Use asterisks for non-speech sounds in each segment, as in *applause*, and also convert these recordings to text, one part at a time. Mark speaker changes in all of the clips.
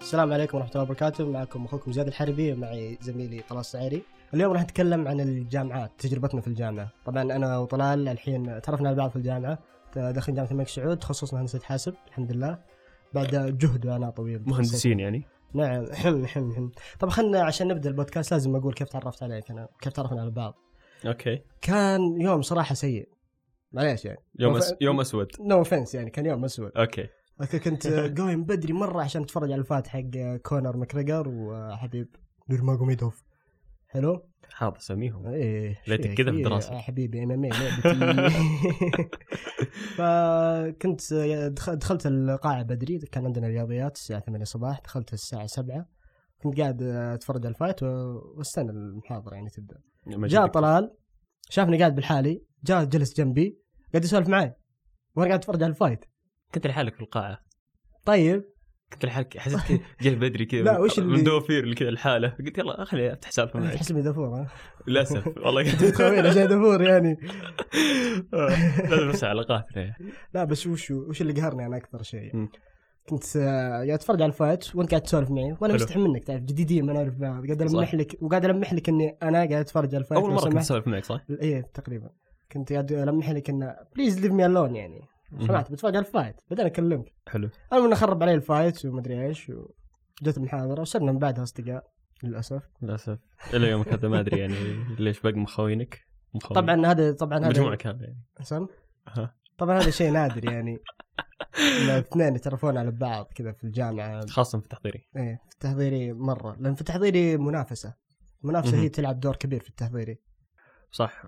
Speaker 1: السلام عليكم ورحمة الله وبركاته معكم أخوكم زياد الحربي ومعي زميلي طلال السعيري اليوم راح نتكلم عن الجامعات تجربتنا في الجامعة طبعا أنا وطلال الحين تعرفنا على بعض في الجامعة داخلين جامعة الملك سعود تخصصنا هندسة حاسب الحمد لله بعد جهد أنا طويل
Speaker 2: مهندسين يعني
Speaker 1: نعم حم حم حم طب خلنا عشان نبدا البودكاست لازم اقول كيف تعرفت عليك انا كيف تعرفنا على بعض
Speaker 2: اوكي
Speaker 1: كان يوم صراحه سيء معليش يعني
Speaker 2: يوم
Speaker 1: وف-
Speaker 2: أس... يوم اسود
Speaker 1: نو اوفنس يعني كان يوم اسود
Speaker 2: اوكي
Speaker 1: لكن كنت قايم بدري مره عشان اتفرج على الفات حق كونر ماكريجر وحبيب نورماجوميدوف حلو؟
Speaker 2: حاضر اسميهم
Speaker 1: ايه
Speaker 2: ليتك
Speaker 1: شيخ،
Speaker 2: كذا في
Speaker 1: إيه،
Speaker 2: دراسة.
Speaker 1: آه، حبيبي ام ام
Speaker 2: *laughs*
Speaker 1: *laughs* فكنت دخ- دخلت القاعه بدري كان عندنا رياضيات الساعه 8 صباح دخلت الساعه 7 كنت قاعد اتفرج على الفايت و- واستنى المحاضره يعني تبدا جاء طلال شافني قاعد بالحالي جاء جلس جنبي قاعد يسولف معي وانا قاعد اتفرج على الفايت
Speaker 2: كنت لحالك في القاعة
Speaker 1: طيب
Speaker 2: كنت لحالك حسيت كذا
Speaker 1: *laughs*
Speaker 2: جاي بدري كذا
Speaker 1: لا، وش اللي-
Speaker 2: من دوفير اللي كذا لحاله قلت يلا خليني افتح
Speaker 1: *laughs*
Speaker 2: سالفة معك
Speaker 1: تحسبني دفور ها *laughs*
Speaker 2: للاسف والله
Speaker 1: خوينا جاي دفور يعني
Speaker 2: *laughs* آه، لازم نفس علاقاتنا يعني.
Speaker 1: لا بس وش وش اللي قهرني انا اكثر شيء
Speaker 2: مم.
Speaker 1: كنت آه، قاعد اتفرج على الفايت وانت قاعد تسولف معي وانا
Speaker 2: حلو.
Speaker 1: مستحي منك تعرف جديدين ما نعرف بعض قاعد
Speaker 2: صح.
Speaker 1: المح لك وقاعد المح لك اني انا قاعد اتفرج على الفايت
Speaker 2: اول
Speaker 1: لو
Speaker 2: مرة كنت
Speaker 1: سمحت.
Speaker 2: اسولف معك صح؟
Speaker 1: ايه تقريبا كنت قاعد المح لك انه بليز ليف مي الون يعني سمعت بتفرج على الفايت بعدين اكلمك
Speaker 2: حلو
Speaker 1: المهم انه خرب علي الفايت ومدري ايش وجت المحاضره وصرنا من بعدها اصدقاء للاسف
Speaker 2: للاسف الى يومك هذا ما ادري يعني ليش باقي مخاوينك مخاوين.
Speaker 1: طبعا هذا طبعا هذا
Speaker 2: طيب. مجموعة كاملة يعني
Speaker 1: حسن
Speaker 2: ها.
Speaker 1: طبعا هذا شيء نادر يعني إن اثنين يتعرفون على بعض كذا في الجامعه
Speaker 2: خاصة في تحضيري
Speaker 1: ايه في التحضيري مره لان في التحضيري منافسه المنافسه
Speaker 2: مهم.
Speaker 1: هي تلعب دور كبير في التحضيري
Speaker 2: صح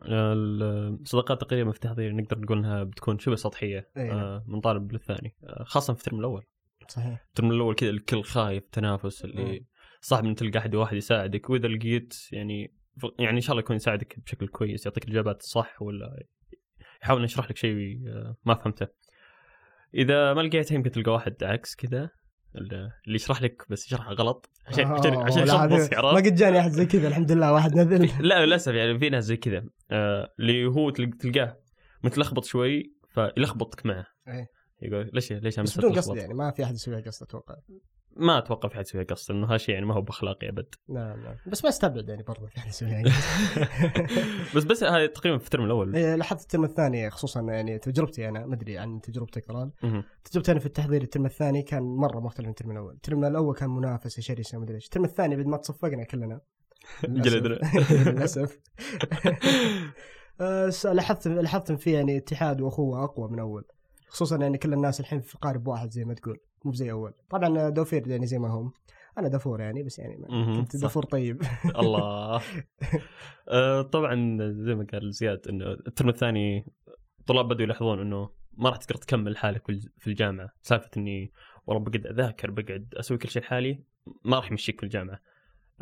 Speaker 2: الصداقات تقريبا في تحضيري نقدر نقول انها بتكون شبه سطحيه
Speaker 1: إيه.
Speaker 2: آه، من طالب للثاني آه، خاصه في الترم الاول
Speaker 1: صحيح
Speaker 2: الترم الاول كذا الكل خايف تنافس
Speaker 1: إيه.
Speaker 2: اللي صعب ان تلقى احد واحد يساعدك واذا لقيت يعني ف- يعني ان شاء الله يكون يساعدك بشكل كويس يعطيك الاجابات الصح ولا يحاول إنه يشرح لك شيء آه، ما فهمته اذا ما لقيته يمكن تلقى واحد عكس كذا اللي اللي يشرح لك بس يشرحه غلط عشان عشان
Speaker 1: آه،
Speaker 2: عشان
Speaker 1: والله
Speaker 2: يشخبصك
Speaker 1: العظيم.
Speaker 2: عرفت؟
Speaker 1: ما قد جاني احد زي كذا الحمد لله واحد
Speaker 2: *laughs*
Speaker 1: نذل
Speaker 2: لا للاسف يعني في ناس زي كذا آه، اللي هو تلق- تلقاه متلخبط شوي فيلخبطك معه
Speaker 1: إيه.
Speaker 2: يقول ليش ليش عم
Speaker 1: بس بدون
Speaker 2: تتلخبط؟
Speaker 1: قصد يعني ما في احد يسويها قصد اتوقع
Speaker 2: ما اتوقع في حد يسويها قصد انه هالشيء يعني ما هو باخلاقي ابد
Speaker 1: نعم نعم بس ما استبعد يعني برضه في احد يسويها
Speaker 2: *laughs*
Speaker 1: قصد.
Speaker 2: بس بس هذا تقريبا في الترم الاول
Speaker 1: إيه، لاحظت الترم الثاني خصوصا يعني تجربتي انا ما ادري عن تجربتك طلال
Speaker 2: مهم.
Speaker 1: تجربتي انا في التحضير الترم الثاني كان مره مختلف عن الترم الاول، الترم الاول كان منافسه شرسه ما ادري ايش، الترم الثاني بعد ما تصفقنا
Speaker 2: *laughs*
Speaker 1: كلنا للأسف.
Speaker 2: جلدنا. *laughs*
Speaker 1: للاسف *laughs* آه، س- لاحظت لاحظت إن في يعني اتحاد واخوه اقوى من اول خصوصا يعني كل الناس الحين في قارب واحد زي ما تقول مو زي اول، طبعا دوفير يعني زي ما هم انا دافور يعني بس يعني ما-
Speaker 2: مهم.
Speaker 1: كنت
Speaker 2: صح.
Speaker 1: دافور طيب *laughs*
Speaker 2: *laughs* الله آه، طبعا زي ما قال زياد انه الترم الثاني طلاب بدوا يلاحظون انه ما راح تقدر تكمل حالك في الج- في الجامعه سالفه اني والله بقعد اذاكر بقعد اسوي كل شيء لحالي ما راح يمشيك في الجامعه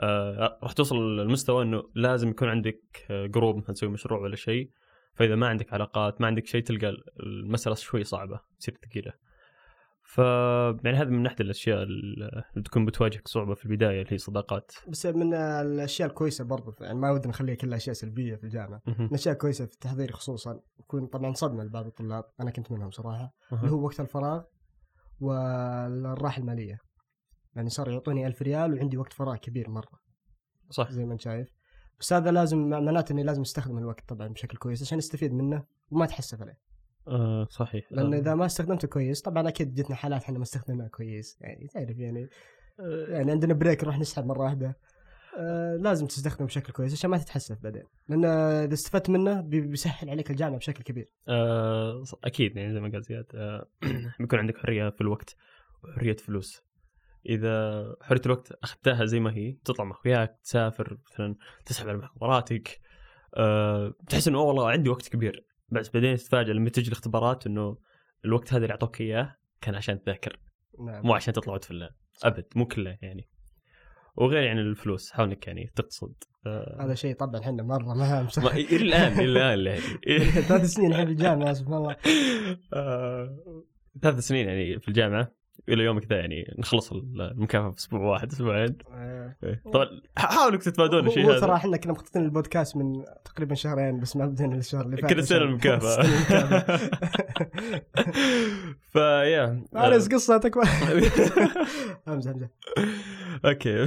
Speaker 2: آه، راح توصل للمستوى انه لازم يكون عندك آه، جروب مثلا تسوي مشروع ولا شيء فاذا ما عندك علاقات ما عندك شيء تلقى المساله شوي صعبه تصير ثقيله ف يعني هذا من احد الاشياء اللي تكون بتواجهك صعوبه في البدايه اللي هي صداقات
Speaker 1: بس من الاشياء الكويسه برضه يعني ما ودنا نخليها كلها اشياء سلبيه في الجامعه،
Speaker 2: مهم.
Speaker 1: من الاشياء الكويسه في التحضير خصوصا يكون طبعا صدمه لبعض الطلاب انا كنت منهم صراحه
Speaker 2: أها.
Speaker 1: اللي هو وقت الفراغ والراحه الماليه يعني صار يعطوني ألف ريال وعندي وقت فراغ كبير مره
Speaker 2: صح
Speaker 1: زي ما انت شايف بس هذا لازم معناته اني لازم استخدم الوقت طبعا بشكل كويس عشان استفيد منه وما اتحسف عليه
Speaker 2: آه صحيح
Speaker 1: لانه
Speaker 2: آه،
Speaker 1: اذا ما استخدمته كويس طبعا اكيد جتنا حالات احنا ما استخدمناها كويس يعني تعرف يعني
Speaker 2: آه،
Speaker 1: يعني عندنا بريك نروح نسحب مره واحده آه لازم تستخدمه بشكل كويس عشان ما تتحسف بعدين لان اذا استفدت منه بي- بيسهل عليك الجامعه بشكل كبير
Speaker 2: آه ص- اكيد يعني زي ما قال زياد آه *clears throat* بيكون عندك حريه في الوقت وحريه فلوس اذا حريه الوقت اخذتها زي ما هي تطلع مع اخوياك تسافر مثلا تسحب على محاضراتك آه تحس انه "أوه والله عندي وقت كبير بس بعدين تتفاجئ لما تجي الاختبارات انه الوقت هذا اللي اعطوك اياه كان عشان تذاكر
Speaker 1: نعم
Speaker 2: مو عشان تطلع وتفلان ابد مو كله يعني وغير يعني الفلوس حاول انك يعني تقصد آه
Speaker 1: هذا شيء طبعا احنا مره مهم
Speaker 2: ما- الى الان الى الان يعني. *laughs*
Speaker 1: ثلاث سنين الحين في الجامعه سبحان الله
Speaker 2: آه، ثلاث سنين يعني في الجامعه الى يومك ذا يعني نخلص المكافاه في اسبوع واحد اسبوعين طبعا حاولوا انكم تتفادون الشيء هذا
Speaker 1: ترى احنا كنا مخططين البودكاست من تقريبا شهرين بس ما بدينا الشهر اللي فات
Speaker 2: كنا نستنى المكافاه *laughs* فيا *laughs*
Speaker 1: خلاص قصتك همزه همزه
Speaker 2: *laughs* اوكي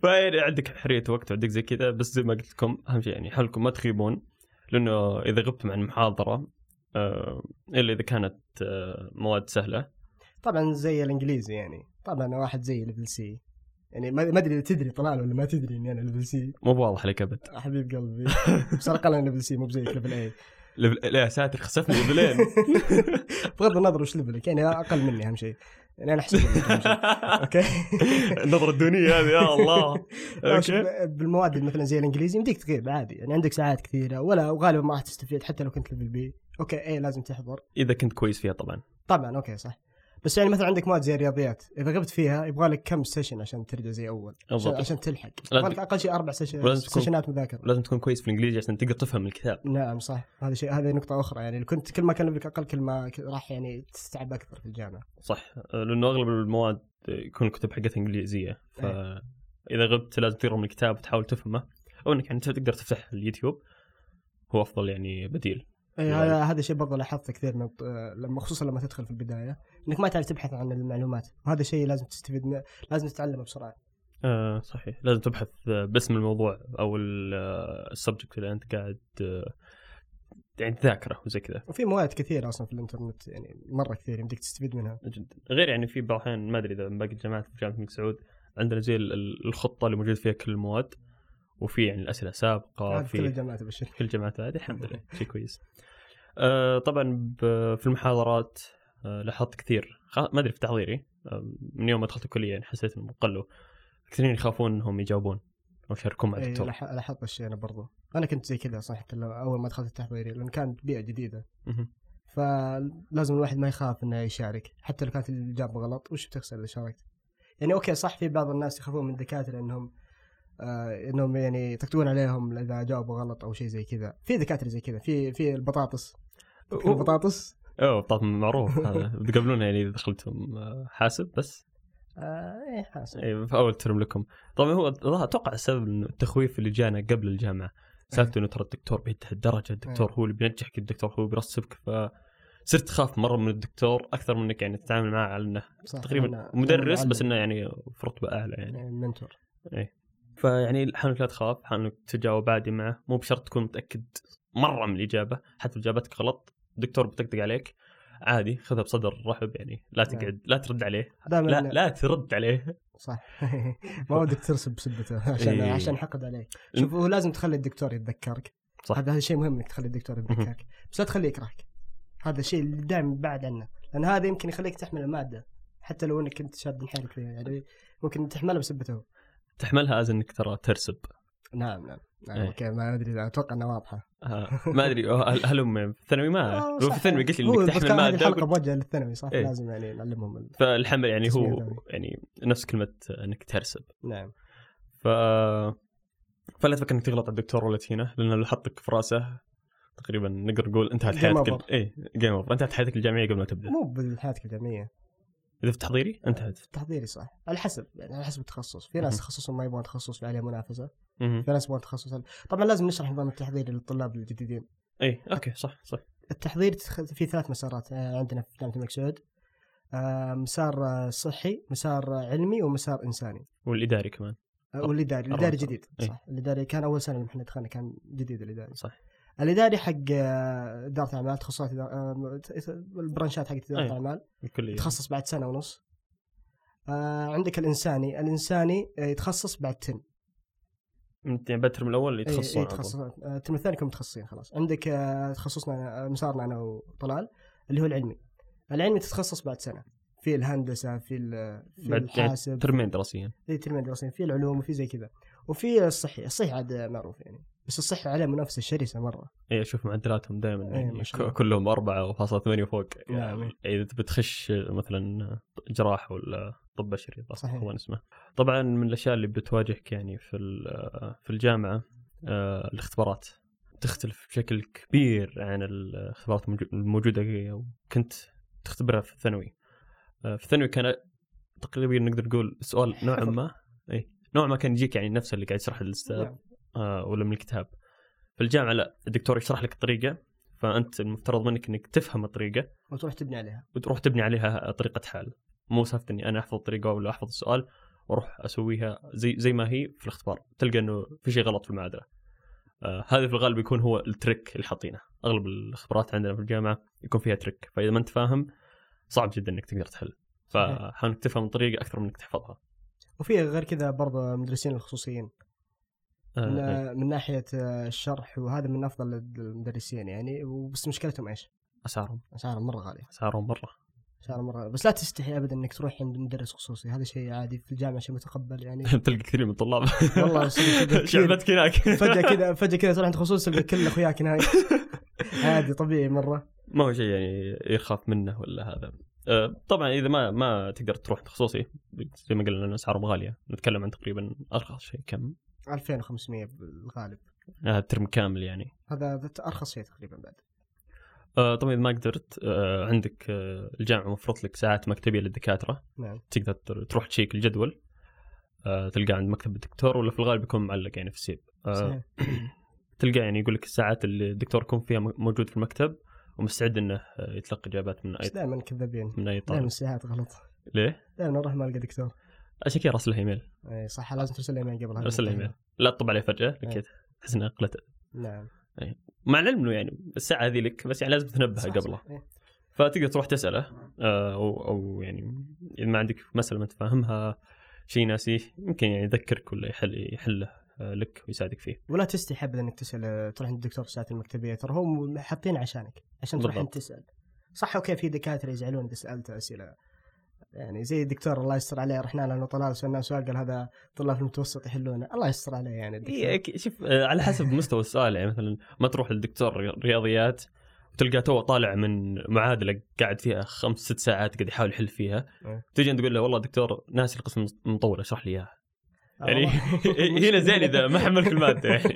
Speaker 2: فيعني يعني عندك حريه وقت وعندك زي كذا بس زي ما قلت لكم اهم شيء يعني حاولكم ما تخيبون لانه اذا غبتم عن محاضره آه، الا اذا كانت آه، مواد سهله
Speaker 1: طبعا زي الانجليزي يعني طبعا انا واحد زي ليفل سي يعني ما ما ادري اذا تدري طلال ولا ما تدري اني انا ليفل سي
Speaker 2: مو بواضح عليك ابد
Speaker 1: حبيب قلبي بصراحه انا ليفل سي مو بزيك ليفل اي
Speaker 2: ليفل- لا يا ساتر خسفني ليفلين
Speaker 1: *laughs* بغض النظر وش ليفلك يعني اقل مني اهم شيء يعني انا احسن منك أهم
Speaker 2: *laughs*
Speaker 1: شيء. اوكي
Speaker 2: النظره الدونيه هذه يا الله
Speaker 1: أوكي.
Speaker 2: اوكي
Speaker 1: بالمواد مثلا زي الانجليزي يمديك تغيب عادي يعني عندك ساعات كثيره ولا وغالبا ما راح تستفيد حتى لو كنت ليفل بي اوكي اي إيه، لازم تحضر
Speaker 2: اذا كنت كويس فيها طبعا
Speaker 1: طبعا اوكي صح بس يعني مثلا عندك مواد زي الرياضيات اذا غبت فيها يبغى لك كم سيشن عشان ترجع زي اول عشان,
Speaker 2: بالضبط.
Speaker 1: عشان تلحق
Speaker 2: لازم-
Speaker 1: يبغى لك اقل شيء اربع سيشن
Speaker 2: ولازم تكون-
Speaker 1: سيشنات مذاكره
Speaker 2: لازم تكون كويس في الانجليزي عشان تقدر تفهم الكتاب
Speaker 1: نعم صح هذا شيء هذه نقطة أخرى يعني كنت كل ما كان لك أقل كل ما ك- راح يعني تستعب أكثر في الجامعة
Speaker 2: صح لانه اغلب المواد يكون الكتب حقتها انجليزيه فاذا غبت لازم تقرا من الكتاب وتحاول تفهمه او انك يعني تقدر تفتح اليوتيوب هو افضل يعني بديل
Speaker 1: اي
Speaker 2: نعم.
Speaker 1: هذا هذا الشيء برضه لاحظته كثير من لما خصوصا لما تدخل في البدايه انك ما تعرف تبحث عن المعلومات وهذا الشيء لازم تستفيد منه لازم تتعلمه بسرعه
Speaker 2: آه صحيح لازم تبحث آه، باسم الموضوع او السبجكت اللي انت قاعد آه، يعني تذاكره وزي كذا
Speaker 1: وفي مواد كثيره اصلا في الانترنت يعني مره كثير يمديك تستفيد منها
Speaker 2: جدا غير يعني في بعض الاحيان ما ادري اذا باقي الجامعات في جامعه الملك سعود عندنا زي ال- ال- الخطه اللي موجود فيها كل المواد وفي يعني الاسئله سابقه
Speaker 1: هذا كل
Speaker 2: في
Speaker 1: الجامعات ابشر
Speaker 2: كل الجامعات هذه الحمد لله شيء كويس. آه طبعا ب- في المحاضرات آه لاحظت كثير خ- ما ادري في تحضيري آه من يوم ما دخلت الكليه يعني حسيت انهم قلوا كثيرين يخافون انهم يجاوبون او يشاركون مع
Speaker 1: إي،
Speaker 2: الدكتور.
Speaker 1: إيه، لاح- لاحظت الشيء انا برضه انا كنت زي كذا صح حتى لو اول ما دخلت التحضيري لان كانت بيئه جديده
Speaker 2: مهم.
Speaker 1: فلازم الواحد ما يخاف انه يشارك حتى لو كانت الاجابه غلط وش بتخسر اذا شاركت يعني اوكي صح في بعض الناس يخافون من الدكاتره انهم آه انهم يعني يطقطقون عليهم اذا جاوبوا غلط او شيء زي كذا في دكاتره زي كذا في في البطاطس تذكر
Speaker 2: أوه.
Speaker 1: البطاطس
Speaker 2: اوه طبعا معروف هذا *laughs* تقابلونه يعني اذا دخلتم آه، حاسب بس
Speaker 1: آه ايه حاسب
Speaker 2: إي، إيه، في اول ترم لكم. طبعا هو الظاهر اتوقع السبب إنه التخويف اللي جانا قبل الجامعه سالفه انه ترى الدكتور بينتهي الدرجه الدكتور هو اللي بينجحك الدكتور هو بيرسبك فصرت تخاف مره من الدكتور اكثر من انك يعني تتعامل معه على انه
Speaker 1: صح،
Speaker 2: تقريبا
Speaker 1: أنا-
Speaker 2: مدرس
Speaker 1: أنا
Speaker 2: بس
Speaker 1: معلم.
Speaker 2: انه يعني في رتبه اعلى يعني
Speaker 1: يعني منتور
Speaker 2: فيعني حاول إنك لا تخاف حاول انك تجاوب عادي معه مو بشرط تكون متاكد مره من الاجابه حتى لو اجابتك غلط الدكتور بتقدق عليك عادي خذها بصدر رحب يعني لا
Speaker 1: نعم.
Speaker 2: تقعد لا ترد عليه
Speaker 1: دائما
Speaker 2: لا لا ترد عليه
Speaker 1: صح *laughs* ما ودك ترسب بسبته عشان
Speaker 2: *laughs* إيه.
Speaker 1: عشان يحقد عليك شوف ولازم تخلي الدكتور يتذكرك
Speaker 2: صح.
Speaker 1: هذا هذا شيء مهم انك تخلي الدكتور يتذكرك بس لا تخليه يكرهك هذا الشيء اللي دائما بعد عنه لان هذا يمكن يخليك تحمل الماده حتى لو انك انت شاد من حالك فيها يعني ممكن تحملها بسبته هو.
Speaker 2: تحملها از انك ترى ترسب
Speaker 1: نعم نعم نعم
Speaker 2: إيه.
Speaker 1: اوكي ما ادري لا، اتوقع انها واضحه
Speaker 2: آه، ما ادري هل هل هم في الثانوي ما
Speaker 1: آه،
Speaker 2: لو
Speaker 1: صح.
Speaker 2: في الثانوي قلت لي
Speaker 1: هو
Speaker 2: انك
Speaker 1: البودكاست-
Speaker 2: تحمل
Speaker 1: هذه
Speaker 2: ماده
Speaker 1: الحلقه
Speaker 2: قلت-
Speaker 1: موجهه للثانوي صح
Speaker 2: إيه.
Speaker 1: لازم يعني نعلمهم ال-
Speaker 2: فالحمل يعني
Speaker 1: تسمية
Speaker 2: هو
Speaker 1: ثانوي.
Speaker 2: يعني نفس كلمه انك ترسب
Speaker 1: نعم
Speaker 2: ف فلا تفكر انك تغلط على الدكتور ولا تهينه لانه لو حطك في راسه تقريبا نقدر نقول انتهت
Speaker 1: Game
Speaker 2: حياتك
Speaker 1: over.
Speaker 2: ال- اي جيم اوفر انتهت حياتك الجامعيه قبل ما تبدا
Speaker 1: مو بالحياتك الجامعيه
Speaker 2: اذا في تحضيري انتهت
Speaker 1: تحضيري صح على حسب يعني على حسب التخصص في ناس
Speaker 2: مهم.
Speaker 1: تخصصهم ما يبغون تخصص في عليه منافسه
Speaker 2: مهم.
Speaker 1: في ناس يبغون تخصص طبعا لازم نشرح نظام التحضير للطلاب الجديدين
Speaker 2: اي اوكي إيه، صح صح
Speaker 1: التحضير تدخل في ثلاث مسارات آه، عندنا في جامعه الملك سعود آه، مسار آه، صحي مسار آه، علمي ومسار انساني
Speaker 2: والاداري كمان
Speaker 1: آه، والاداري
Speaker 2: أربعة
Speaker 1: الاداري
Speaker 2: مسارات.
Speaker 1: جديد
Speaker 2: إيه.
Speaker 1: صح الاداري كان اول سنه لما احنا دخلنا كان جديد الاداري
Speaker 2: صح
Speaker 1: الاداري حق آه، اداره اعمال تخصصات إدارة- آه، البرانشات حقت اداره
Speaker 2: إيه.
Speaker 1: اعمال
Speaker 2: الكليه
Speaker 1: يتخصص بعد سنه ونص آه، عندك الانساني الانساني آه، يتخصص بعد ترم
Speaker 2: انت يعني بالترم الاول
Speaker 1: إيه،
Speaker 2: يتخصصون على طول.
Speaker 1: يتخصص آه، الترم الثاني كنا متخصصين خلاص عندك آه، تخصصنا آه، مسارنا انا وطلال اللي هو العلمي العلمي تتخصص بعد سنه في الهندسه في ال- في
Speaker 2: بعد يعني
Speaker 1: الحاسب
Speaker 2: ترمين دراسيا
Speaker 1: في ترمين دراسيين في العلوم وفي زي كذا وفي الصحي الصحي عاد معروف يعني بس الصحي عليه منافسه شرسه مره
Speaker 2: اي اشوف إيه، معدلاتهم دائما
Speaker 1: إيه،
Speaker 2: يعني
Speaker 1: ما شاء الله.
Speaker 2: ك- كلهم 4.8 وفوق
Speaker 1: نعم.
Speaker 2: يعني اذا تبي تخش مثلا جراح ولا طب بشري
Speaker 1: صحيح.
Speaker 2: صحيح اسمه طبعا من الاشياء اللي بتواجهك يعني في ال- في الجامعه آه، الاختبارات تختلف بشكل كبير عن الاختبارات الموجو- الموجوده كنت تختبرها في الثانوي آه، في الثانوي كان تقريبا نقدر نقول سؤال نوعا ما اي نوعا ما كان يجيك يعني نفسه اللي قاعد يشرح
Speaker 1: نعم.
Speaker 2: الاستاذ آه، ولا من الكتاب في الجامعه لا الدكتور يشرح لك الطريقه فانت المفترض منك انك تفهم الطريقه
Speaker 1: وتروح تبني عليها
Speaker 2: وتروح تبني عليها طريقه حل مو سالفه اني انا احفظ الطريقه ولا احفظ السؤال واروح اسويها زي زي ما هي في الاختبار تلقى انه في شيء غلط في المعادله آه هذا في الغالب يكون هو التريك اللي حاطينه اغلب الاختبارات عندنا في الجامعه يكون فيها تريك فاذا ما انت فاهم صعب جدا انك تقدر تحل فحاول انك تفهم الطريقه اكثر من انك تحفظها
Speaker 1: وفي غير كذا برضه مدرسين الخصوصيين
Speaker 2: آه
Speaker 1: من,
Speaker 2: إيه.
Speaker 1: من ناحيه الشرح وهذا من افضل المدرسين يعني بس مشكلتهم ايش؟
Speaker 2: اسعارهم
Speaker 1: اسعارهم مره غاليه
Speaker 2: اسعارهم مره
Speaker 1: اسعارهم مره غالية. بس لا تستحي ابدا انك تروح عند مدرس خصوصي هذا شيء عادي في الجامعه شيء متقبل
Speaker 2: *laughs*
Speaker 1: يعني
Speaker 2: *laughs* تلقى كثير من الطلاب
Speaker 1: والله
Speaker 2: *laughs*
Speaker 1: صدق كثير.
Speaker 2: شعبتك هناك
Speaker 1: فجاه
Speaker 2: *laughs*
Speaker 1: كذا فجاه كذا تروح عند خصوصي تلقى كل اخوياك هناك عادي طبيعي مره
Speaker 2: ما هو شيء يعني يخاف منه ولا هذا آه، طبعا اذا ما ما تقدر تروح تخصصي زي ما قلنا إن اسعارهم غاليه نتكلم عن تقريبا ارخص شيء كم
Speaker 1: 2500 بالغالب
Speaker 2: هذا ترم كامل يعني
Speaker 1: هذا هذا ارخص شيء تقريبا بعد
Speaker 2: آه، طبعا اذا ما قدرت آه، عندك آه، الجامعه مفروض لك ساعات مكتبيه للدكاتره
Speaker 1: نعم
Speaker 2: تقدر تر- تروح تشيك الجدول آه، تلقاه عند مكتب الدكتور ولا في الغالب يكون معلق يعني في السيب آه،
Speaker 1: صحيح
Speaker 2: تلقاه يعني يقول لك الساعات اللي الدكتور يكون فيها م- موجود في المكتب ومستعد انه آه، يتلقى اجابات من اي
Speaker 1: بس دائما كذابين
Speaker 2: من اي
Speaker 1: دائما
Speaker 2: طالب
Speaker 1: الساعات غلط
Speaker 2: ليه؟
Speaker 1: دائما اروح ما القى دكتور
Speaker 2: عشان كذا راسله ايميل
Speaker 1: اي صح لازم ترسل ايميل قبل هذا.
Speaker 2: ارسل لي ايميل لا تطب عليه فجاه
Speaker 1: إيه.
Speaker 2: كذا تحس انها قلت
Speaker 1: نعم
Speaker 2: مع العلم انه يعني الساعه هذه لك بس يعني لازم تنبهها قبله
Speaker 1: إيه.
Speaker 2: فتقدر تروح تساله آه، او او يعني اذا ما عندك مساله ما انت فاهمها شيء ناسيه يمكن يعني يذكرك ولا يحل يحله آه، لك ويساعدك فيه
Speaker 1: ولا تستحي ابدا انك تسال تروح عند الدكتور في الساعات المكتبيه ترى هم حاطين عشانك عشان تروح
Speaker 2: بالضبط.
Speaker 1: انت تسال صح اوكي في دكاتره يزعلون اذا سالت اسئله يعني زي الدكتور الله يستر عليه رحنا له طلال سالناه سؤال قال هذا طلاب المتوسط يحلونه الله يستر عليه يعني
Speaker 2: إيه، أك- شوف آه، على حسب مستوى السؤال يعني مثلا ما تروح للدكتور ري- رياضيات وتلقاه تو طالع من معادله قاعد فيها خمس ست ساعات قاعد يحاول يحل فيها
Speaker 1: إيه.
Speaker 2: تجي أنت تقول له والله دكتور ناسي القسم المطول اشرح
Speaker 1: *laughs*
Speaker 2: لي اياها
Speaker 1: آه،
Speaker 2: يعني *laughs*
Speaker 1: والله.
Speaker 2: هنا زين اذا ما حملك الماده
Speaker 1: *laughs*
Speaker 2: يعني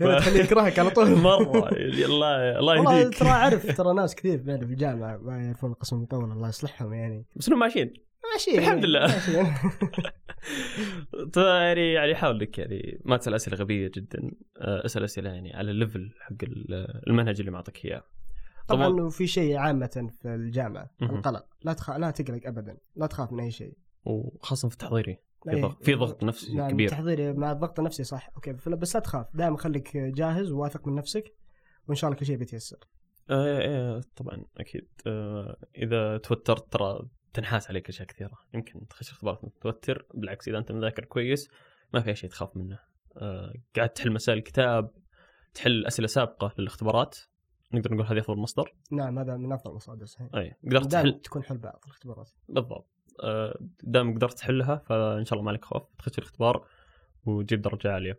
Speaker 1: هنا
Speaker 2: ف-
Speaker 1: تخليه يكرهك على
Speaker 2: *laughs*
Speaker 1: طول
Speaker 2: مره الله الله
Speaker 1: *laughs* والله
Speaker 2: يهديك
Speaker 1: ترى
Speaker 2: *laughs*
Speaker 1: اعرف ترى ناس كثير بعد في الجامعه ما يعرفون القسم المطول الله يصلحهم يعني
Speaker 2: بس انهم ماشيين
Speaker 1: ماشي
Speaker 2: الحمد لله.
Speaker 1: ماشي.
Speaker 2: فيعني يعني حاول لك يعني ما تسال اسئله غبيه جدا آه، اسال اسئله يعني على الليفل حق ال- آه، المنهج اللي معطيك اياه
Speaker 1: طبعا
Speaker 2: طبعا
Speaker 1: وفي شيء عامة في الجامعة
Speaker 2: مهم.
Speaker 1: القلق لا تخ... لا تقلق ابدا لا تخاف من اي شيء
Speaker 2: وخاصه في التحضيري في
Speaker 1: إيه.
Speaker 2: ضغط في ضغط نفسي
Speaker 1: نعم
Speaker 2: كبير
Speaker 1: تحضيري مع الضغط النفسي صح اوكي فلا- بس لا تخاف دائما خليك جاهز وواثق من نفسك وان شاء الله كل شيء بيتيسر
Speaker 2: آه، إيه، طبعا اكيد آه، اذا توترت ترى تنحاس عليك اشياء كثيره يمكن تخش اختبارات متوتر بالعكس اذا انت مذاكر كويس ما في أي شيء تخاف منه آه، قاعد تحل مسائل الكتاب تحل اسئله سابقه للاختبارات نقدر نقول هذه افضل مصدر
Speaker 1: نعم هذا من افضل المصادر صحيح
Speaker 2: اي قدرت
Speaker 1: دائما
Speaker 2: تحل
Speaker 1: تكون حل بعض الاختبارات
Speaker 2: بالضبط آه، دام قدرت تحلها فان شاء الله مالك خوف تخش الاختبار وتجيب درجه عاليه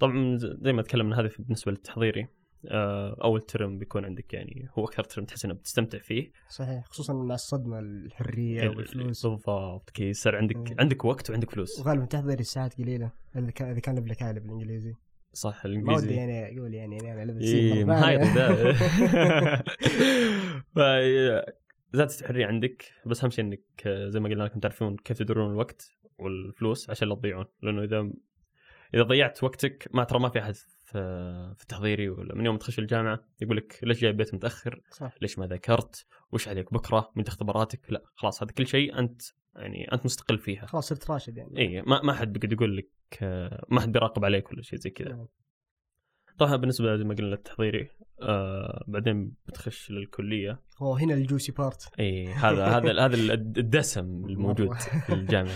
Speaker 2: طبعا ز- زي ما تكلمنا هذا في- بالنسبه للتحضيري آه، اول ترم بيكون عندك يعني هو اكثر ترم تحس انك بتستمتع فيه
Speaker 1: صحيح خصوصا مع الصدمة الحرية والفلوس
Speaker 2: بالضبط كي يصير عندك
Speaker 1: إيه.
Speaker 2: عندك وقت وعندك فلوس
Speaker 1: وغالبا تحضيري الساعات قليلة اذا كان اذا كان لبلك عالي بالانجليزي
Speaker 2: صح
Speaker 1: ما ودي
Speaker 2: الانجليزي
Speaker 1: يعني اقول يعني يعني انا
Speaker 2: اي
Speaker 1: بتصير *laughs* مرة
Speaker 2: محايد
Speaker 1: ثانية.
Speaker 2: ذا
Speaker 1: *laughs*
Speaker 2: ف- زادت الحريه عندك بس اهم شيء انك آه، زي ما قلنا لكم تعرفون كيف تدورون الوقت والفلوس عشان لا تضيعون لانه اذا اذا ضيعت وقتك ما ترى ما في احد في في التحضيري ولا من يوم تخش الجامعه يقول لك ليش جاي البيت متاخر؟
Speaker 1: صح
Speaker 2: ليش ما ذاكرت؟ وش عليك بكره؟ من اختباراتك؟ لا خلاص هذا كل شيء انت يعني انت مستقل فيها
Speaker 1: خلاص صرت راشد يعني
Speaker 2: اي إيه، ما ما حد بيقعد يقول لك آه، ما حد بيراقب عليك ولا شيء زي كذا
Speaker 1: نعم.
Speaker 2: طبعا بالنسبه زي ما قلنا للتحضيري آه بعدين بتخش للكليه
Speaker 1: اوه هنا الجوسي بارت
Speaker 2: اي
Speaker 1: *laughs*
Speaker 2: هذا هذا هذا ال- الدسم الموجود
Speaker 1: مرة.
Speaker 2: في الجامعه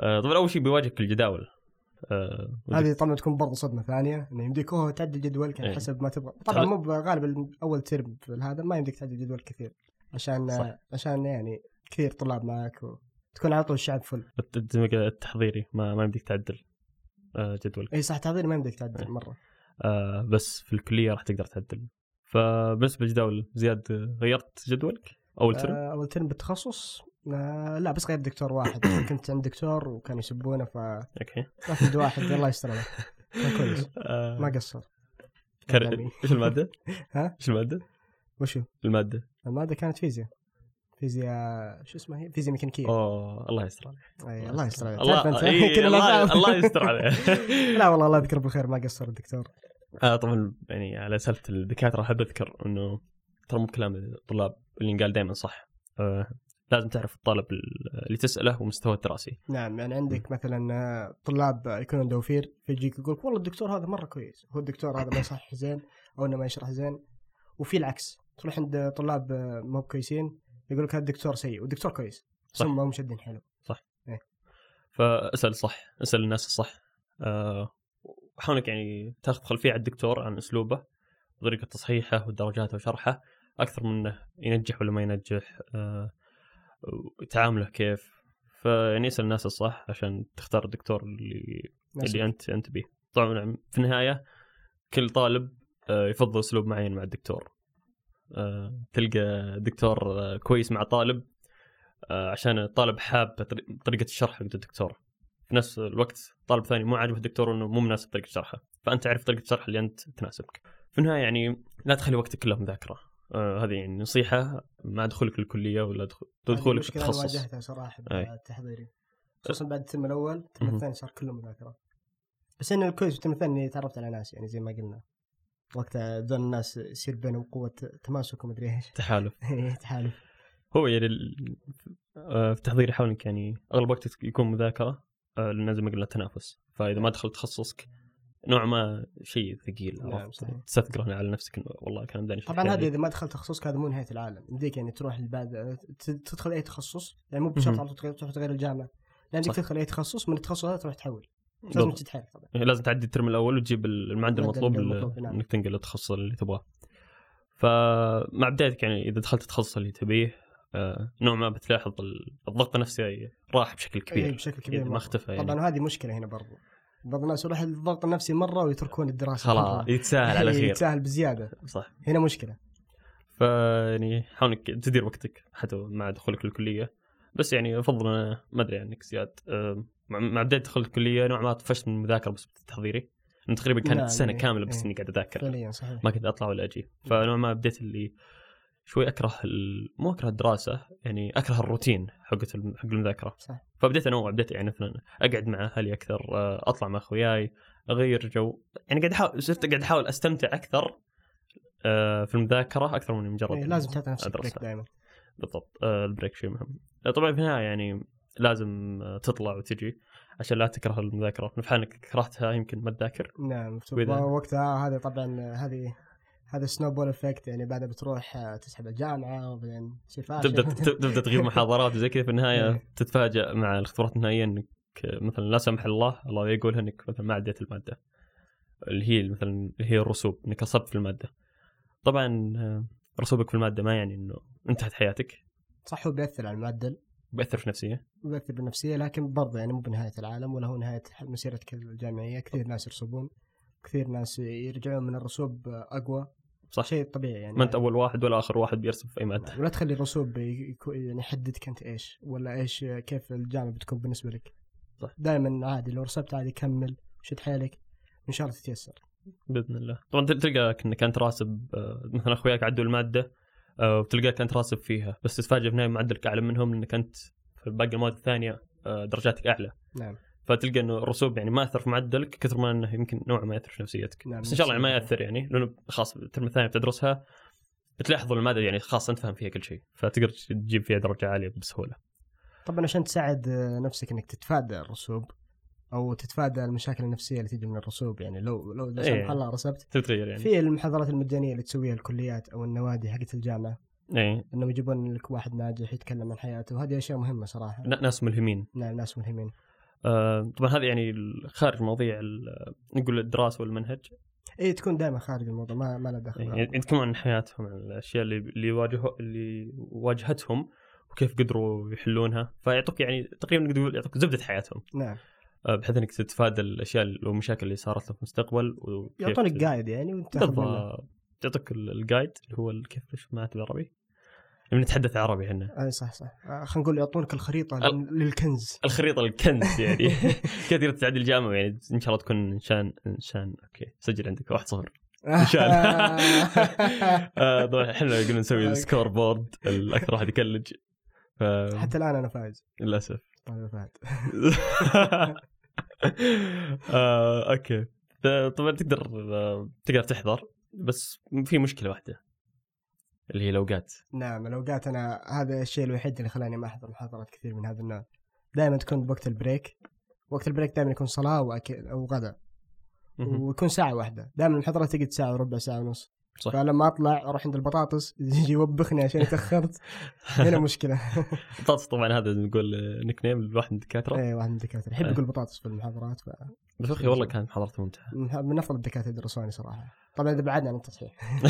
Speaker 2: آه طبعا اول شيء بيواجهك الجداول آه
Speaker 1: هذه طبعا تكون برضه صدمه ثانيه انه يمديك اوه تعدل جدولك على
Speaker 2: إيه.
Speaker 1: حسب ما تبغى طبعا مو بغالبا اول ترم في هذا ما يمديك تعدل جدول كثير عشان
Speaker 2: صح.
Speaker 1: عشان يعني كثير طلاب معك وتكون على طول الشعب فل
Speaker 2: الت- زي ما قلنا التحضيري ما ما يمديك تعدل آه جدولك
Speaker 1: اي صح تحضير ما يمديك تعدل
Speaker 2: إيه.
Speaker 1: مره
Speaker 2: آه بس في الكليه راح تقدر تعدل فبالنسبه للجداول زياد آه، غيرت جدولك اول ترم
Speaker 1: آه اول ترم بالتخصص آه لا بس غير دكتور
Speaker 2: *coughs*
Speaker 1: واحد كنت عند دكتور وكانوا يسبونه فواحد
Speaker 2: اوكي
Speaker 1: واحد الله يستر عليه كان كويس
Speaker 2: آه
Speaker 1: ما قصر
Speaker 2: كر... ايش الماده؟
Speaker 1: *laughs* ها؟
Speaker 2: ايش الماده؟
Speaker 1: وشو
Speaker 2: الماده
Speaker 1: الماده كانت فيزياء فيزياء شو اسمها هي فيزياء ميكانيكيه
Speaker 2: اوه الله يستر عليك
Speaker 1: أي إيه. الله يستر عليك
Speaker 2: الله
Speaker 1: تعرف أنت؟
Speaker 2: إي،
Speaker 1: *laughs* كنا
Speaker 2: الله-
Speaker 1: نفهم.
Speaker 2: الله
Speaker 1: *laughs*
Speaker 2: يستر عليه
Speaker 1: لا والله الله يذكره بالخير ما قصر الدكتور
Speaker 2: آه طبعا يعني على سالفه الدكاتره احب اذكر انه ترى مو كلام الطلاب اللي ينقال دائما صح آه لازم تعرف الطالب اللي تساله ومستواه الدراسي
Speaker 1: نعم يعني عندك مثلا آه، طلاب يكونون دوافير فيجيك يقول والله الدكتور هذا مره كويس هو الدكتور هذا ما يصحح زين او انه ما يشرح زين وفي العكس تروح عند طلاب آه، مو كويسين يقول لك هذا الدكتور سيء والدكتور كويس
Speaker 2: صح.
Speaker 1: ثم ما هم شادين حلو
Speaker 2: فاسال صح اسال الناس الصح آه وحاولك يعني تاخذ خلفيه على الدكتور عن اسلوبه وطريقه تصحيحه ودرجاته وشرحه اكثر من انه ينجح ولا ما ينجح آه وتعامله كيف فيعني اسال الناس الصح عشان تختار الدكتور اللي
Speaker 1: ناس-
Speaker 2: اللي انت انت به طبعا في النهايه كل طالب آه، يفضل اسلوب معين مع الدكتور آه، تلقى دكتور آه، كويس مع طالب آه، عشان الطالب حاب طري- طريقه الشرح حق الدكتور في نفس الوقت طالب ثاني مو عاجبه الدكتور انه مو مناسب طريقه شرحه فانت تعرف طريقه الشرح اللي انت تناسبك في النهايه يعني لا تخلي وقتك كله مذاكره آه، هذه يعني نصيحه مع دخولك للكليه ولا دخ-
Speaker 1: هذه
Speaker 2: دخولك
Speaker 1: يعني المشكلة أنا
Speaker 2: التخصص
Speaker 1: واجهتها صراحه
Speaker 2: أي.
Speaker 1: بالتحضيري خصوصا بعد الترم الاول الترم
Speaker 2: مهم.
Speaker 1: الثاني صار كله مذاكره بس انه الكويس في الترم الثاني إني تعرفت على ناس يعني زي ما قلنا وقتها دول الناس يصير بينهم قوه تماسك ومدري ايش
Speaker 2: إيه، تحالف
Speaker 1: تحالف *laughs*
Speaker 2: هو يعني ال- آه، في تحضيري يحاول انك يعني اغلب وقتك يكون مذاكره آه، لان زي ما قلنا تنافس فاذا ما دخلت تخصصك نوع ما شيء ثقيل
Speaker 1: نعم،
Speaker 2: عرفت
Speaker 1: صحيح.
Speaker 2: تستثقله على نفسك انه والله كان مداني
Speaker 1: طبعا هذا اذا ما دخلت تخصصك هذا مو نهايه العالم يمديك يعني تروح بعد تدخل اي تخصص يعني مو بشرط
Speaker 2: مهم.
Speaker 1: على طول تغير- تروح تغير الجامعه لانك
Speaker 2: صح.
Speaker 1: تدخل اي تخصص من التخصص هذا تروح تحول لازم
Speaker 2: بالضبط.
Speaker 1: تتحرك طبعا
Speaker 2: إيه، لازم تعدي الترم الاول وتجيب المعدل
Speaker 1: المعدل
Speaker 2: المطلوب
Speaker 1: المطلوب،
Speaker 2: ل-
Speaker 1: نعم.
Speaker 2: انك تنقل التخصص اللي تبغاه فمع بدايتك يعني اذا دخلت التخصص اللي تبيه آه، نوع ما بتلاحظ ال- الضغط النفسي راح بشكل
Speaker 1: إيه،
Speaker 2: كبير
Speaker 1: بشكل كبير
Speaker 2: يعني ما
Speaker 1: مرة.
Speaker 2: اختفى يعني
Speaker 1: طبعا هذه مشكله هنا برضو بعض الناس يروح الضغط النفسي مره ويتركون الدراسه
Speaker 2: خلاص يتساهل
Speaker 1: *laughs*
Speaker 2: على خير
Speaker 1: تسهل بزياده
Speaker 2: صح
Speaker 1: هنا مشكله
Speaker 2: فيعني حاول انك تدير وقتك حتى مع دخولك للكليه بس يعني افضل انا ما ادري عنك زياد أم، مع- مع بدايه دخول الكليه نوعا ما طفشت من المذاكره بس التحضيري أنا تقريبا كانت
Speaker 1: نعم،
Speaker 2: سنه
Speaker 1: إيه،
Speaker 2: كامله بس
Speaker 1: إيه.
Speaker 2: اني قاعد اذاكر
Speaker 1: فعليا صحيح
Speaker 2: ما كنت اطلع ولا اجي فنوعا ما بديت اللي شوي اكره ال... مو اكره الدراسه يعني اكره الروتين حق الم- حق المذاكره
Speaker 1: صح
Speaker 2: فبديت انوع بديت يعني مثلا اقعد مع اهلي اكثر آه، اطلع مع اخوياي اغير جو يعني قاعد احاول صرت قاعد احاول استمتع اكثر آه، في المذاكره اكثر من مجرد
Speaker 1: إيه،
Speaker 2: إني
Speaker 1: لازم تعطي نفسك
Speaker 2: أدرس.
Speaker 1: بريك دائما
Speaker 2: بالضبط آه، البريك شيء مهم آه، طبعا في النهايه يعني لازم آه، تطلع وتجي عشان لا تكره المذاكره في حال انك كرهتها يمكن ما تذاكر
Speaker 1: نعم
Speaker 2: وإذا-
Speaker 1: وقتها هذا طبعا هذه هذا سنو بول افكت يعني بعدها بتروح آه، تسحب الجامعه وبعدين تصير فاشل. *laughs*
Speaker 2: تبدا تبدا تغيب محاضرات وزي كذا في النهايه
Speaker 1: إيه.
Speaker 2: تتفاجأ مع الاختبارات النهائيه انك آه، مثلا لا سمح الله الله يقولها انك مثلا ما عديت الماده اللي هي مثلا اللي هي الرسوب انك اصبت في الماده طبعا آه، رسوبك في الماده ما يعني انه انتهت حياتك
Speaker 1: صح هو بياثر على المعدل
Speaker 2: بياثر في نفسيه
Speaker 1: يؤثر بالنفسيه لكن برضه يعني مو بنهايه العالم ولا هو نهايه مسيرتك الجامعيه كثير ناس يرسبون كثير ناس يرجعون من الرسوب اقوى
Speaker 2: صح
Speaker 1: شيء طبيعي يعني
Speaker 2: ما انت اول واحد ولا اخر واحد بيرسب في اي ماده
Speaker 1: ولا تخلي الرسوب يكو- يعني يحددك انت ايش ولا ايش كيف الجامعه بتكون بالنسبه لك
Speaker 2: صح.
Speaker 1: دائما عادي لو رسبت عادي كمل شد حيلك ان شاء الله تتيسر
Speaker 2: باذن الله طبعا تل- تلقاك انك انت راسب آه، مثلا اخوياك عدوا الماده آه، وتلقاك انت راسب فيها بس تتفاجئ في النهايه معدلك اعلى منهم لانك انت في باقي المواد الثانيه آه، درجاتك اعلى
Speaker 1: نعم
Speaker 2: فتلقى انه الرسوب يعني ما اثر في معدلك كثر ما انه يمكن نوع ما ياثر في نفسيتك
Speaker 1: نعم،
Speaker 2: بس ان شاء الله يعني ما
Speaker 1: نفسيتك.
Speaker 2: ياثر يعني لانه خلاص الترم الثاني بتدرسها بتلاحظ الماده يعني خلاص انت فاهم فيها كل شيء فتقدر تجيب فيها درجه عاليه بسهوله
Speaker 1: طبعا عشان تساعد آه، نفسك انك تتفادى الرسوب او تتفادى المشاكل النفسيه اللي تجي من الرسوب يعني لو لو لا
Speaker 2: إيه.
Speaker 1: سمح الله رسبت
Speaker 2: تتغير يعني
Speaker 1: في المحاضرات المجانيه اللي تسويها الكليات او النوادي حقت الجامعه
Speaker 2: اي
Speaker 1: انهم يجيبون لك واحد ناجح يتكلم عن حياته وهذه اشياء مهمه صراحه
Speaker 2: ن- ناس ملهمين
Speaker 1: نعم ناس ملهمين
Speaker 2: آه، طبعا هذا يعني خارج مواضيع ال- نقول الدراسه والمنهج
Speaker 1: اي إيه، تكون دائما خارج الموضوع ما ما له دخل
Speaker 2: يعني يتكلمون عن حياتهم عن الاشياء اللي اللي واجهوا اللي واجهتهم وكيف قدروا يحلونها فيعطوك يعني تقريبا نقدر نقول يعطوك زبده حياتهم
Speaker 1: نعم
Speaker 2: آه، بحيث انك تتفادى الاشياء ال- والمشاكل اللي صارت لك في المستقبل وكيف
Speaker 1: يعطونك
Speaker 2: ت-
Speaker 1: قايد يعني وانت تاخذ منه.
Speaker 2: بالضبط يعطوك ال- الجايد اللي هو ال- كيف ايش معناته بالعربي؟ لما يعني نتحدث عربي احنا
Speaker 1: اي صح صح آه، خلينا نقول يعطونك الخريطه
Speaker 2: ال-
Speaker 1: للكنز
Speaker 2: الخريطه الكنز
Speaker 1: *laughs*
Speaker 2: يعني *laughs* كثير تعدي الجامعه يعني ان شاء الله تكون انسان انسان اوكي سجل عندك 1 0
Speaker 1: *laughs*
Speaker 2: ان شاء *laughs* الله آه، طبعا احنا قلنا نسوي السكور بورد الاكثر واحد يكلج ف
Speaker 1: حتى الان انا فايز
Speaker 2: للاسف
Speaker 1: طيب فهد
Speaker 2: آه، اوكي ف- طبعا تقدر آه، تقدر تحضر بس في مشكله واحده اللي هي الاوقات
Speaker 1: نعم الاوقات انا هذا الشيء الوحيد اللي خلاني ما احضر محاضرات كثير من هذا النوع دائما تكون بوقت البريك وقت البريك دائما يكون صلاه واكل او غدا
Speaker 2: مهم.
Speaker 1: ويكون ساعه واحده دائما المحاضره تقعد ساعه وربع ساعه ونص
Speaker 2: صح.
Speaker 1: فلما اطلع اروح عند البطاطس يجي يوبخني عشان تاخرت
Speaker 2: *laughs*
Speaker 1: هنا مشكله
Speaker 2: بطاطس طبعا هذا نقول آه، نيك نيم لواحد من الدكاتره
Speaker 1: اي واحد من الدكاتره يحب
Speaker 2: إيه.
Speaker 1: يقول بطاطس في المحاضرات ف...
Speaker 2: بس اخي والله كانت محاضرته ممتعه
Speaker 1: من من افضل الدكاتره اللي درسوني صراحه طبعا اذا بعدنا عن التصحيح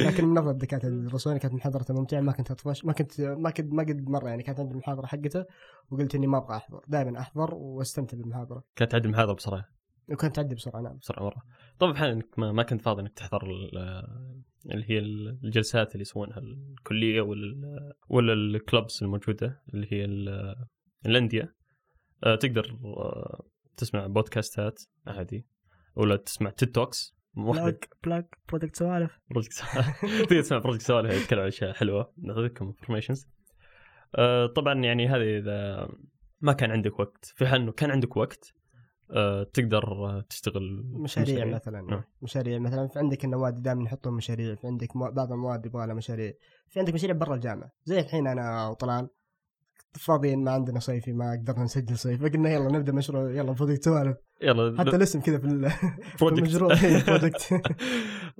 Speaker 1: لكن من افضل الدكاتره اللي درسوني كانت محاضرته ممتعه ما كنت اطفش ما كنت ما كنت ما قد مره يعني كانت عندي المحاضره حقته وقلت اني ما ابغى احضر دائما احضر واستمتع بالمحاضره
Speaker 2: كانت تعدي المحاضره بسرعه
Speaker 1: وكانت تعدي بسرعه نعم
Speaker 2: بسرعه مره طبعا بحال انك ما, ما كنت فاضي انك تحضر ال- اللي هي الجلسات اللي يسوونها الكليه ولا ولا الكلبس الموجوده اللي هي ال- الانديه آه، تقدر آه، تسمع بودكاستات عادي ولا تسمع تيك توكس وحدك
Speaker 1: بلاك برودكت سوالف
Speaker 2: بروجكت سوالف *laughs* تقدر تسمع بروجكت سوالف يتكلم عن اشياء حلوه نعطيكم انفورميشنز طبعا يعني هذه اذا ما كان عندك وقت في حال انه كان عندك وقت آه، تقدر آه، تشتغل في
Speaker 1: مشاريع مثلا
Speaker 2: نعم.
Speaker 1: مشاريع مثلا في عندك النوادي دائما نحط لهم مشاريع في عندك مو- بعض المواد يبغى لها مشاريع في عندك مشاريع برا الجامعه زي الحين انا وطلال فاضيين ما عندنا صيفي ما قدرنا نسجل صيف فقلنا يلا نبدا مشروع يلا برودكت سوالف
Speaker 2: يلا
Speaker 1: حتى الاسم كذا في ال- في
Speaker 2: project.
Speaker 1: المشروع *laughs*
Speaker 2: *laughs*
Speaker 1: إيه، برودكت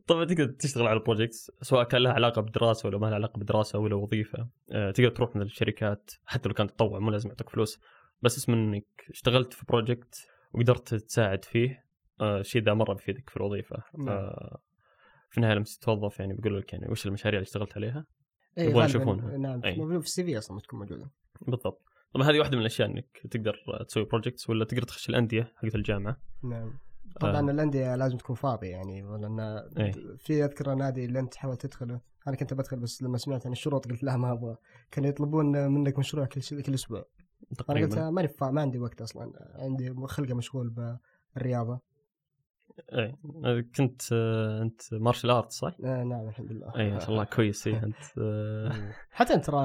Speaker 2: طبعا طيب، تقدر تشتغل على بروجكتس سواء كان لها علاقه بالدراسه ولا ما لها علاقه بالدراسه ولا وظيفه آه، تقدر تروح من الشركات حتى لو كانت تطوع مو لازم يعطوك فلوس بس اسم انك اشتغلت في بروجكت وقدرت تساعد فيه آه، الشيء ذا مره بيفيدك في الوظيفه
Speaker 1: نعم.
Speaker 2: آه، في النهايه لما تتوظف يعني بيقولوا لك يعني وش المشاريع اللي اشتغلت عليها
Speaker 1: إيه،
Speaker 2: يبغون
Speaker 1: غالباً-
Speaker 2: يشوفونها.
Speaker 1: نعم
Speaker 2: إيه.
Speaker 1: موجود في السي في اصلا تكون موجوده
Speaker 2: بالضبط طبعا هذه واحده من الاشياء انك تقدر تسوي بروجكتس ولا تقدر تخش الانديه حقت الجامعه
Speaker 1: نعم طبعا
Speaker 2: آه.
Speaker 1: الانديه لازم تكون فاضيه يعني لان
Speaker 2: إيه.
Speaker 1: في اذكر نادي اللي انت حاولت تدخله انا كنت بدخل بس لما سمعت عن الشروط قلت لا ما ابغى كانوا يطلبون منك مشروع كل شي- كل اسبوع فانا قلت
Speaker 2: تقريبا
Speaker 1: آه، ماني فا- ما عندي وقت اصلا عندي خلقه مشغول بالرياضه
Speaker 2: اي آه، كنت آه، انت مارشال ارت صح؟
Speaker 1: آه، نعم الحمد لله
Speaker 2: اي ما إيه، شاء الله كويس اي *laughs* انت آه،
Speaker 1: حتى انت ترى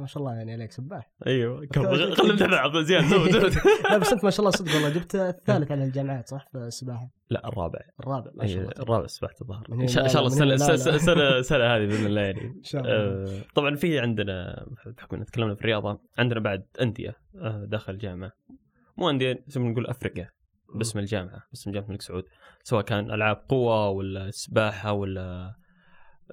Speaker 1: ما شاء الله يعني عليك سباح
Speaker 2: ايوه كم- غ- خلينا نبدا بعض زين زود زود
Speaker 1: لا بس انت ما شاء الله صدق والله جبت الثالث على الجامعات صح في السباحه
Speaker 2: *laughs* لا *laughs* الرابع
Speaker 1: الرابع ما
Speaker 2: أي،
Speaker 1: شاء الله
Speaker 2: إيه، الرابع سبحت الظهر
Speaker 1: من
Speaker 2: ان شاء
Speaker 1: هنا
Speaker 2: إن شاء الله
Speaker 1: لا، من
Speaker 2: السنه
Speaker 1: هنا لا،
Speaker 2: السنه
Speaker 1: لا.
Speaker 2: السنه السنة هذه باذن الله يعني *laughs*
Speaker 1: ان شاء الله
Speaker 2: آه، طبعا في عندنا بحكم ان تكلمنا في الرياضه عندنا بعد انديه آه، داخل الجامعه مو انديه زي ما نقول افريقيا باسم الجامعه باسم جامعه الملك سعود سواء كان العاب قوه ولا سباحه ولا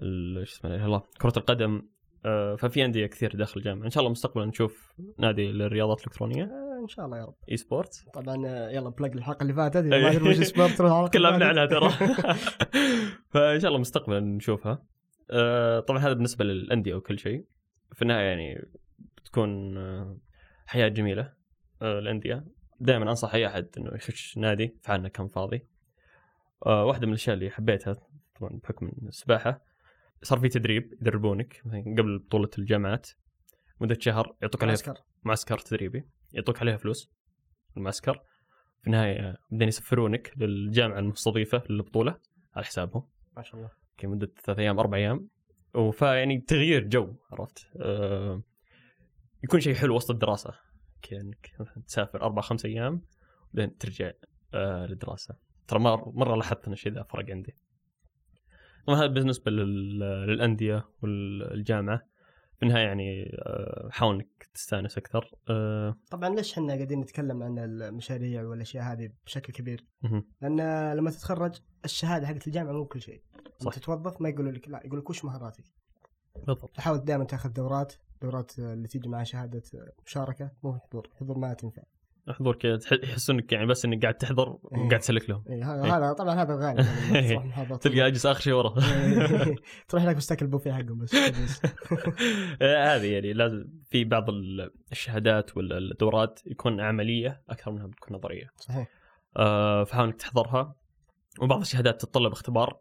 Speaker 2: ال- شو اسمه الله كره القدم آه، ففي انديه كثير داخل الجامعه ان شاء الله مستقبلا نشوف نادي للرياضات الالكترونيه
Speaker 1: آه، ان شاء الله يا رب
Speaker 2: اي سبورت
Speaker 1: طبعا آه، يلا بلاق الحلقه اللي فاتت
Speaker 2: أي.
Speaker 1: إذا ما ادري وش
Speaker 2: *laughs*
Speaker 1: اسمها بتروح على الحلقة
Speaker 2: تكلمنا عنها
Speaker 1: اللي *laughs*
Speaker 2: ترى
Speaker 1: فاتت.
Speaker 2: فان شاء الله مستقبلا نشوفها آه، طبعا هذا بالنسبه للانديه وكل شيء في النهايه يعني بتكون آه، حياه جميله آه، الانديه دائما انصح اي احد انه يخش نادي في حالنا كان فاضي آه، واحده من الاشياء اللي حبيتها طبعا بحكم السباحه صار في تدريب يدربونك مثلاً قبل بطوله الجامعات مده شهر يعطوك عليها
Speaker 1: معسكر.
Speaker 2: معسكر تدريبي يعطوك عليها فلوس المعسكر في النهايه بعدين يسفرونك للجامعه المستضيفه للبطوله على حسابهم
Speaker 1: ما شاء الله
Speaker 2: يمكن مده ثلاث ايام اربع ايام وفيعني يعني تغيير جو عرفت أه يكون شيء حلو وسط الدراسه كذا انك مثلاً تسافر اربع خمس ايام بعدين ترجع أه للدراسه ترى مر- مره لاحظت ان الشيء ذا فرق عندي طبعا هذا بالنسبه لل- للانديه والجامعه في النهايه يعني أه، حاول انك تستانس اكثر أه،
Speaker 1: طبعا ليش احنا قاعدين نتكلم عن المشاريع والاشياء هذه بشكل كبير؟
Speaker 2: مهم.
Speaker 1: لان آه، لما تتخرج الشهاده حقت الجامعه مو كل شيء. لما
Speaker 2: صح.
Speaker 1: تتوظف ما يقولوا لك لا يقول لك وش مهاراتك؟
Speaker 2: بالضبط
Speaker 1: تحاول دائما تاخذ دورات دورات آه، اللي تيجي مع شهاده آه، مشاركه مو حضور، حضور ما تنفع.
Speaker 2: احضر كذا تح- يحس انك يعني بس انك قاعد تحضر وقاعد تسلك لهم
Speaker 1: إيه، ه-
Speaker 2: إيه.
Speaker 1: هذا طبعا هذا
Speaker 2: *laughs*
Speaker 1: غالي يعني لما تروح محاضرات.
Speaker 2: تلقى اجلس اخر شيء ورا
Speaker 1: إيه، *laughs* تروح هناك مستاك البوفيه حقهم
Speaker 2: *laughs*
Speaker 1: بس تجلس.
Speaker 2: آه، هذه يعني لازم في بعض ال- الشهادات ولا الدورات يكون عمليه اكثر منها بتكون نظريه
Speaker 1: صحيح
Speaker 2: آه، فحاول انك تحضرها وبعض الشهادات تتطلب اختبار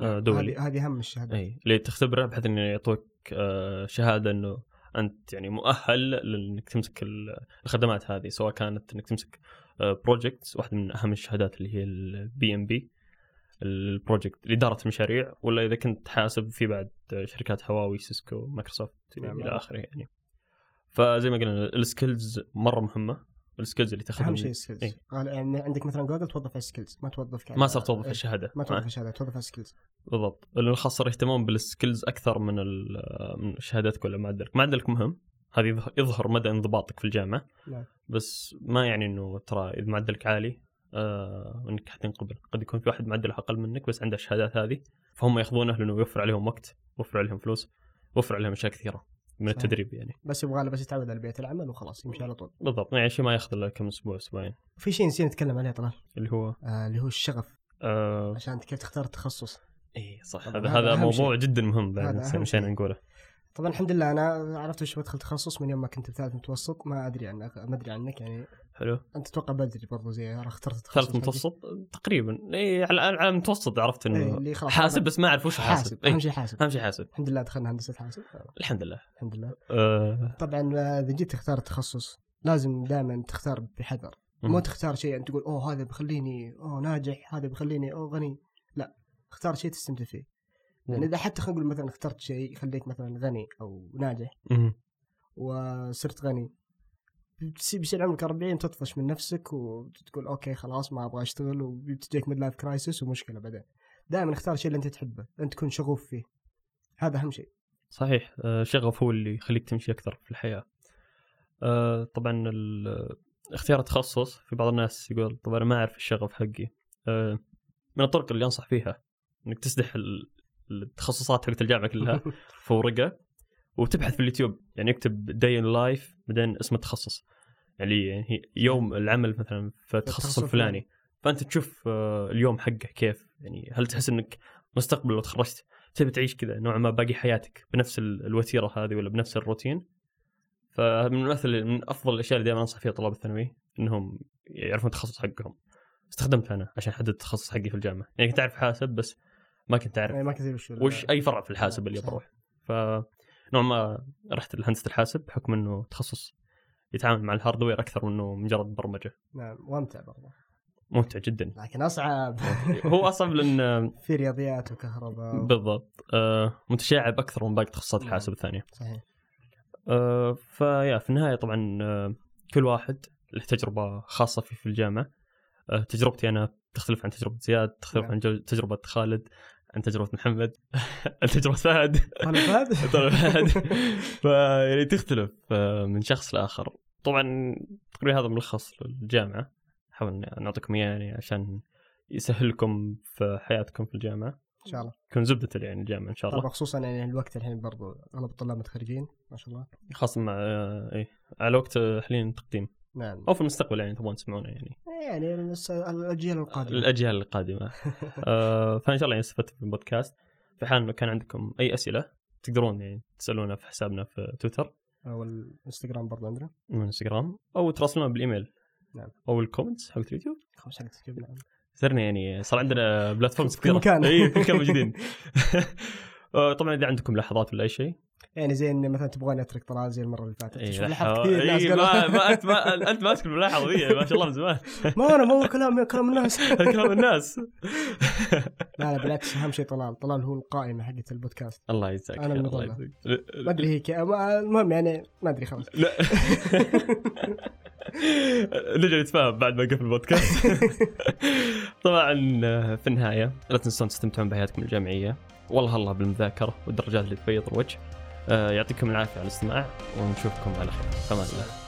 Speaker 2: آه، دولي
Speaker 1: هذه هذه اهم الشهاده
Speaker 2: اي اللي تختبره بحيث انه يعطوك آه، شهاده انه انت يعني مؤهل لانك تمسك ال- الخدمات هذه سواء كانت انك تمسك بروجكتس واحده من اهم الشهادات اللي هي البي ام بي البروجكت اداره المشاريع ولا اذا كنت حاسب في بعد شركات هواوي سيسكو مايكروسوفت
Speaker 1: نعم.
Speaker 2: الى اخره يعني فزي ما قلنا السكيلز مره مهمه السكيلز اللي تاخذها
Speaker 1: اهم
Speaker 2: من-
Speaker 1: شيء السكيلز
Speaker 2: إيه.
Speaker 1: يعني عندك مثلا جوجل توظف على السكيلز ما توظف ك-
Speaker 2: ما صار توظف
Speaker 1: إيه،
Speaker 2: الشهاده
Speaker 1: ما توظف
Speaker 2: آه،
Speaker 1: الشهاده توظف على السكيلز
Speaker 2: بالضبط لأن الخاص صار يهتمون بالسكيلز اكثر من ال- من شهادتك ولا معدلك معدلك مهم هذا يظهر- يظهر مدى انضباطك في الجامعه
Speaker 1: نعم.
Speaker 2: بس ما يعني انه ترى اذا معدلك عالي آه انك حتنقبل قد يكون في واحد معدله اقل منك بس عنده الشهادات هذه فهم ياخذونه لانه يوفر عليهم وقت يوفر عليهم فلوس يوفر عليهم اشياء كثيره من
Speaker 1: صحيح.
Speaker 2: التدريب يعني
Speaker 1: بس يبغى له بس يتعود على بيئه العمل وخلاص يمشي على طول
Speaker 2: بالضبط يعني شيء ما ياخذ الا كم اسبوع اسبوعين
Speaker 1: في شيء نسينا نتكلم عليه طلال
Speaker 2: اللي هو
Speaker 1: آه اللي هو الشغف
Speaker 2: آه
Speaker 1: عشان انت كيف تختار التخصص
Speaker 2: اي صح
Speaker 1: إيه، طبعاً
Speaker 2: هذا
Speaker 1: هذا
Speaker 2: هذا
Speaker 1: أهم
Speaker 2: موضوع
Speaker 1: شيء.
Speaker 2: جدا مهم بعد
Speaker 1: هذا أهم
Speaker 2: نسينا- نسينا
Speaker 1: شيء.
Speaker 2: نقوله
Speaker 1: طبعا الحمد لله انا عرفت وش بدخل تخصص من يوم ما كنت بثالث متوسط ما ادري عنك ما ادري عنك يعني
Speaker 2: حلو
Speaker 1: انت تتوقع بدري برضو زي أنا اخترت التخصص
Speaker 2: ثالث متوسط تقريبا اي على على المتوسط عرفت
Speaker 1: حقي. إيه،
Speaker 2: انه
Speaker 1: اللي خلاص
Speaker 2: حاسب بس ما اعرف وش
Speaker 1: حاسب
Speaker 2: حاسب
Speaker 1: اهم
Speaker 2: إيه،
Speaker 1: شيء حاسب
Speaker 2: اهم شيء حاسب
Speaker 1: الحمد لله دخلنا هندسه حاسب
Speaker 2: الحمد لله
Speaker 1: الحمد لله
Speaker 2: آه،
Speaker 1: طبعا آه، اذا جيت تختار تخصص لازم دائما تختار بحذر مو
Speaker 2: مم.
Speaker 1: تختار شيء أن تقول اوه هذا بيخليني اوه ناجح هذا بيخليني اوه غني لا اختار شيء تستمتع فيه يعني
Speaker 2: مم.
Speaker 1: اذا حتى خلينا نقول مثلا اخترت شيء يخليك مثلا غني او ناجح
Speaker 2: مم.
Speaker 1: وصرت غني بتس- بيصير عمرك 40 تطفش من نفسك وتقول اوكي خلاص ما ابغى اشتغل وبتجيك ميد لايف كرايسس ومشكله بعدين دائما اختار شيء اللي انت تحبه انت تكون شغوف فيه هذا اهم شيء
Speaker 2: صحيح آه، شغف هو اللي يخليك تمشي اكثر في الحياه آه، طبعا ال- اختيار التخصص في بعض الناس يقول طبعا انا ما اعرف الشغف حقي آه، من الطرق اللي انصح فيها انك تسدح ال- التخصصات حقت الجامعه كلها في ورقه وتبحث في اليوتيوب يعني اكتب داي ان لايف بعدين اسم التخصص يعني يعني هي- يوم العمل مثلا في التخصص
Speaker 1: التخصص
Speaker 2: الفلاني فانت تشوف آه، اليوم حقه كيف يعني هل تحس انك مستقبل لو تخرجت تبي تعيش كذا نوعا ما باقي حياتك بنفس ال- الوتيره هذه ولا بنفس الروتين فمن مثل من افضل الاشياء اللي دائما انصح فيها طلاب الثانوي انهم يعرفون التخصص حقهم استخدمت انا عشان احدد التخصص حقي في الجامعه يعني كنت اعرف حاسب بس ما كنت اعرف
Speaker 1: *laughs* يعني ما كثير وش
Speaker 2: وش اي فرع في الحاسب اللي
Speaker 1: صحيح.
Speaker 2: بروح ف نوعا ما رحت لهندسه الحاسب بحكم انه تخصص يتعامل مع الهاردوير اكثر منه مجرد برمجه
Speaker 1: نعم وامتع برضه
Speaker 2: ممتع
Speaker 1: *laughs*
Speaker 2: جدا
Speaker 1: لكن
Speaker 2: *laughs*
Speaker 1: اصعب
Speaker 2: هو اصعب لان
Speaker 1: في رياضيات وكهرباء و-
Speaker 2: بالضبط آه، متشعب اكثر من باقي تخصصات
Speaker 1: نعم.
Speaker 2: الحاسب الثانيه
Speaker 1: صحيح
Speaker 2: آه، فيا في النهايه طبعا آه، كل واحد له تجربه خاصه فيه في الجامعه آه، تجربتي انا تختلف عن تجربه زياد تختلف
Speaker 1: نعم.
Speaker 2: عن جو- تجربه خالد عن تجربه محمد *laughs* عن تجربه فهد
Speaker 1: انا فهد
Speaker 2: *laughs* طلع فهد فيعني تختلف آه، من شخص لاخر طبعا تقريبا هذا ملخص للجامعه نحاول ن- نعطيكم اياه يعني عشان يسهلكم في حياتكم في الجامعه
Speaker 1: ان شاء الله
Speaker 2: تكون زبده يعني الجامعه ان شاء الله
Speaker 1: طبعا خصوصا يعني الوقت الحين برضو اغلب الطلاب متخرجين ما شاء الله
Speaker 2: خاصه مع آه، ايه على وقت آه، حاليا تقديم
Speaker 1: نعم
Speaker 2: او في المستقبل يعني تبغون تسمعونه يعني
Speaker 1: يعني الس- الاجيال القادمه
Speaker 2: الاجيال القادمه آه، فان شاء الله يعني استفدتوا من البودكاست في حال انه كان عندكم اي اسئله تقدرون يعني تسالونا في حسابنا في تويتر
Speaker 1: والانستغرام برضو عندنا
Speaker 2: والانستغرام او تراسلونا بالايميل
Speaker 1: نعم.
Speaker 2: او الكومنتس حق اليوتيوب
Speaker 1: خمسة حق تسجيل. نعم.
Speaker 2: صرنا يعني صار عندنا بلاتفورمز
Speaker 1: في كل مكان.
Speaker 2: اي في كل مكان
Speaker 1: *laughs*
Speaker 2: موجودين آه، طبعا اذا عندكم ملاحظات ولا اي شيء
Speaker 1: يعني زي ان مثلا تبغون اترك طلال زي المره اللي فاتت
Speaker 2: إي،
Speaker 1: تشوف
Speaker 2: لا
Speaker 1: لحظة
Speaker 2: حول-
Speaker 1: كثير
Speaker 2: إي،
Speaker 1: ناس
Speaker 2: إيه، ما
Speaker 1: قالوا
Speaker 2: ما- انت ما انت ماسك الملاحظه ذي ما شاء الله من زمان
Speaker 1: *laughs* ما انا ما هو كلام كلام الناس *laughs*
Speaker 2: هذا كلام الناس
Speaker 1: لا لا بالعكس اهم شيء طلال طلال هو القائمه حقت البودكاست
Speaker 2: الله يجزاك
Speaker 1: أنا
Speaker 2: خير،
Speaker 1: اللي
Speaker 2: الله
Speaker 1: طلع.
Speaker 2: يجزاك
Speaker 1: ما ادري هيك المهم يعني ما ادري خلاص
Speaker 2: لا نرجع نتفاهم بعد ما قفل
Speaker 1: *laughs*
Speaker 2: البودكاست طبعا آه، في النهايه لا تنسون تستمتعون بحياتكم الجامعيه والله الله بالمذاكره والدرجات اللي تبيض الوجه آه، يعطيكم العافيه على الاستماع ونشوفكم على خير في امان الله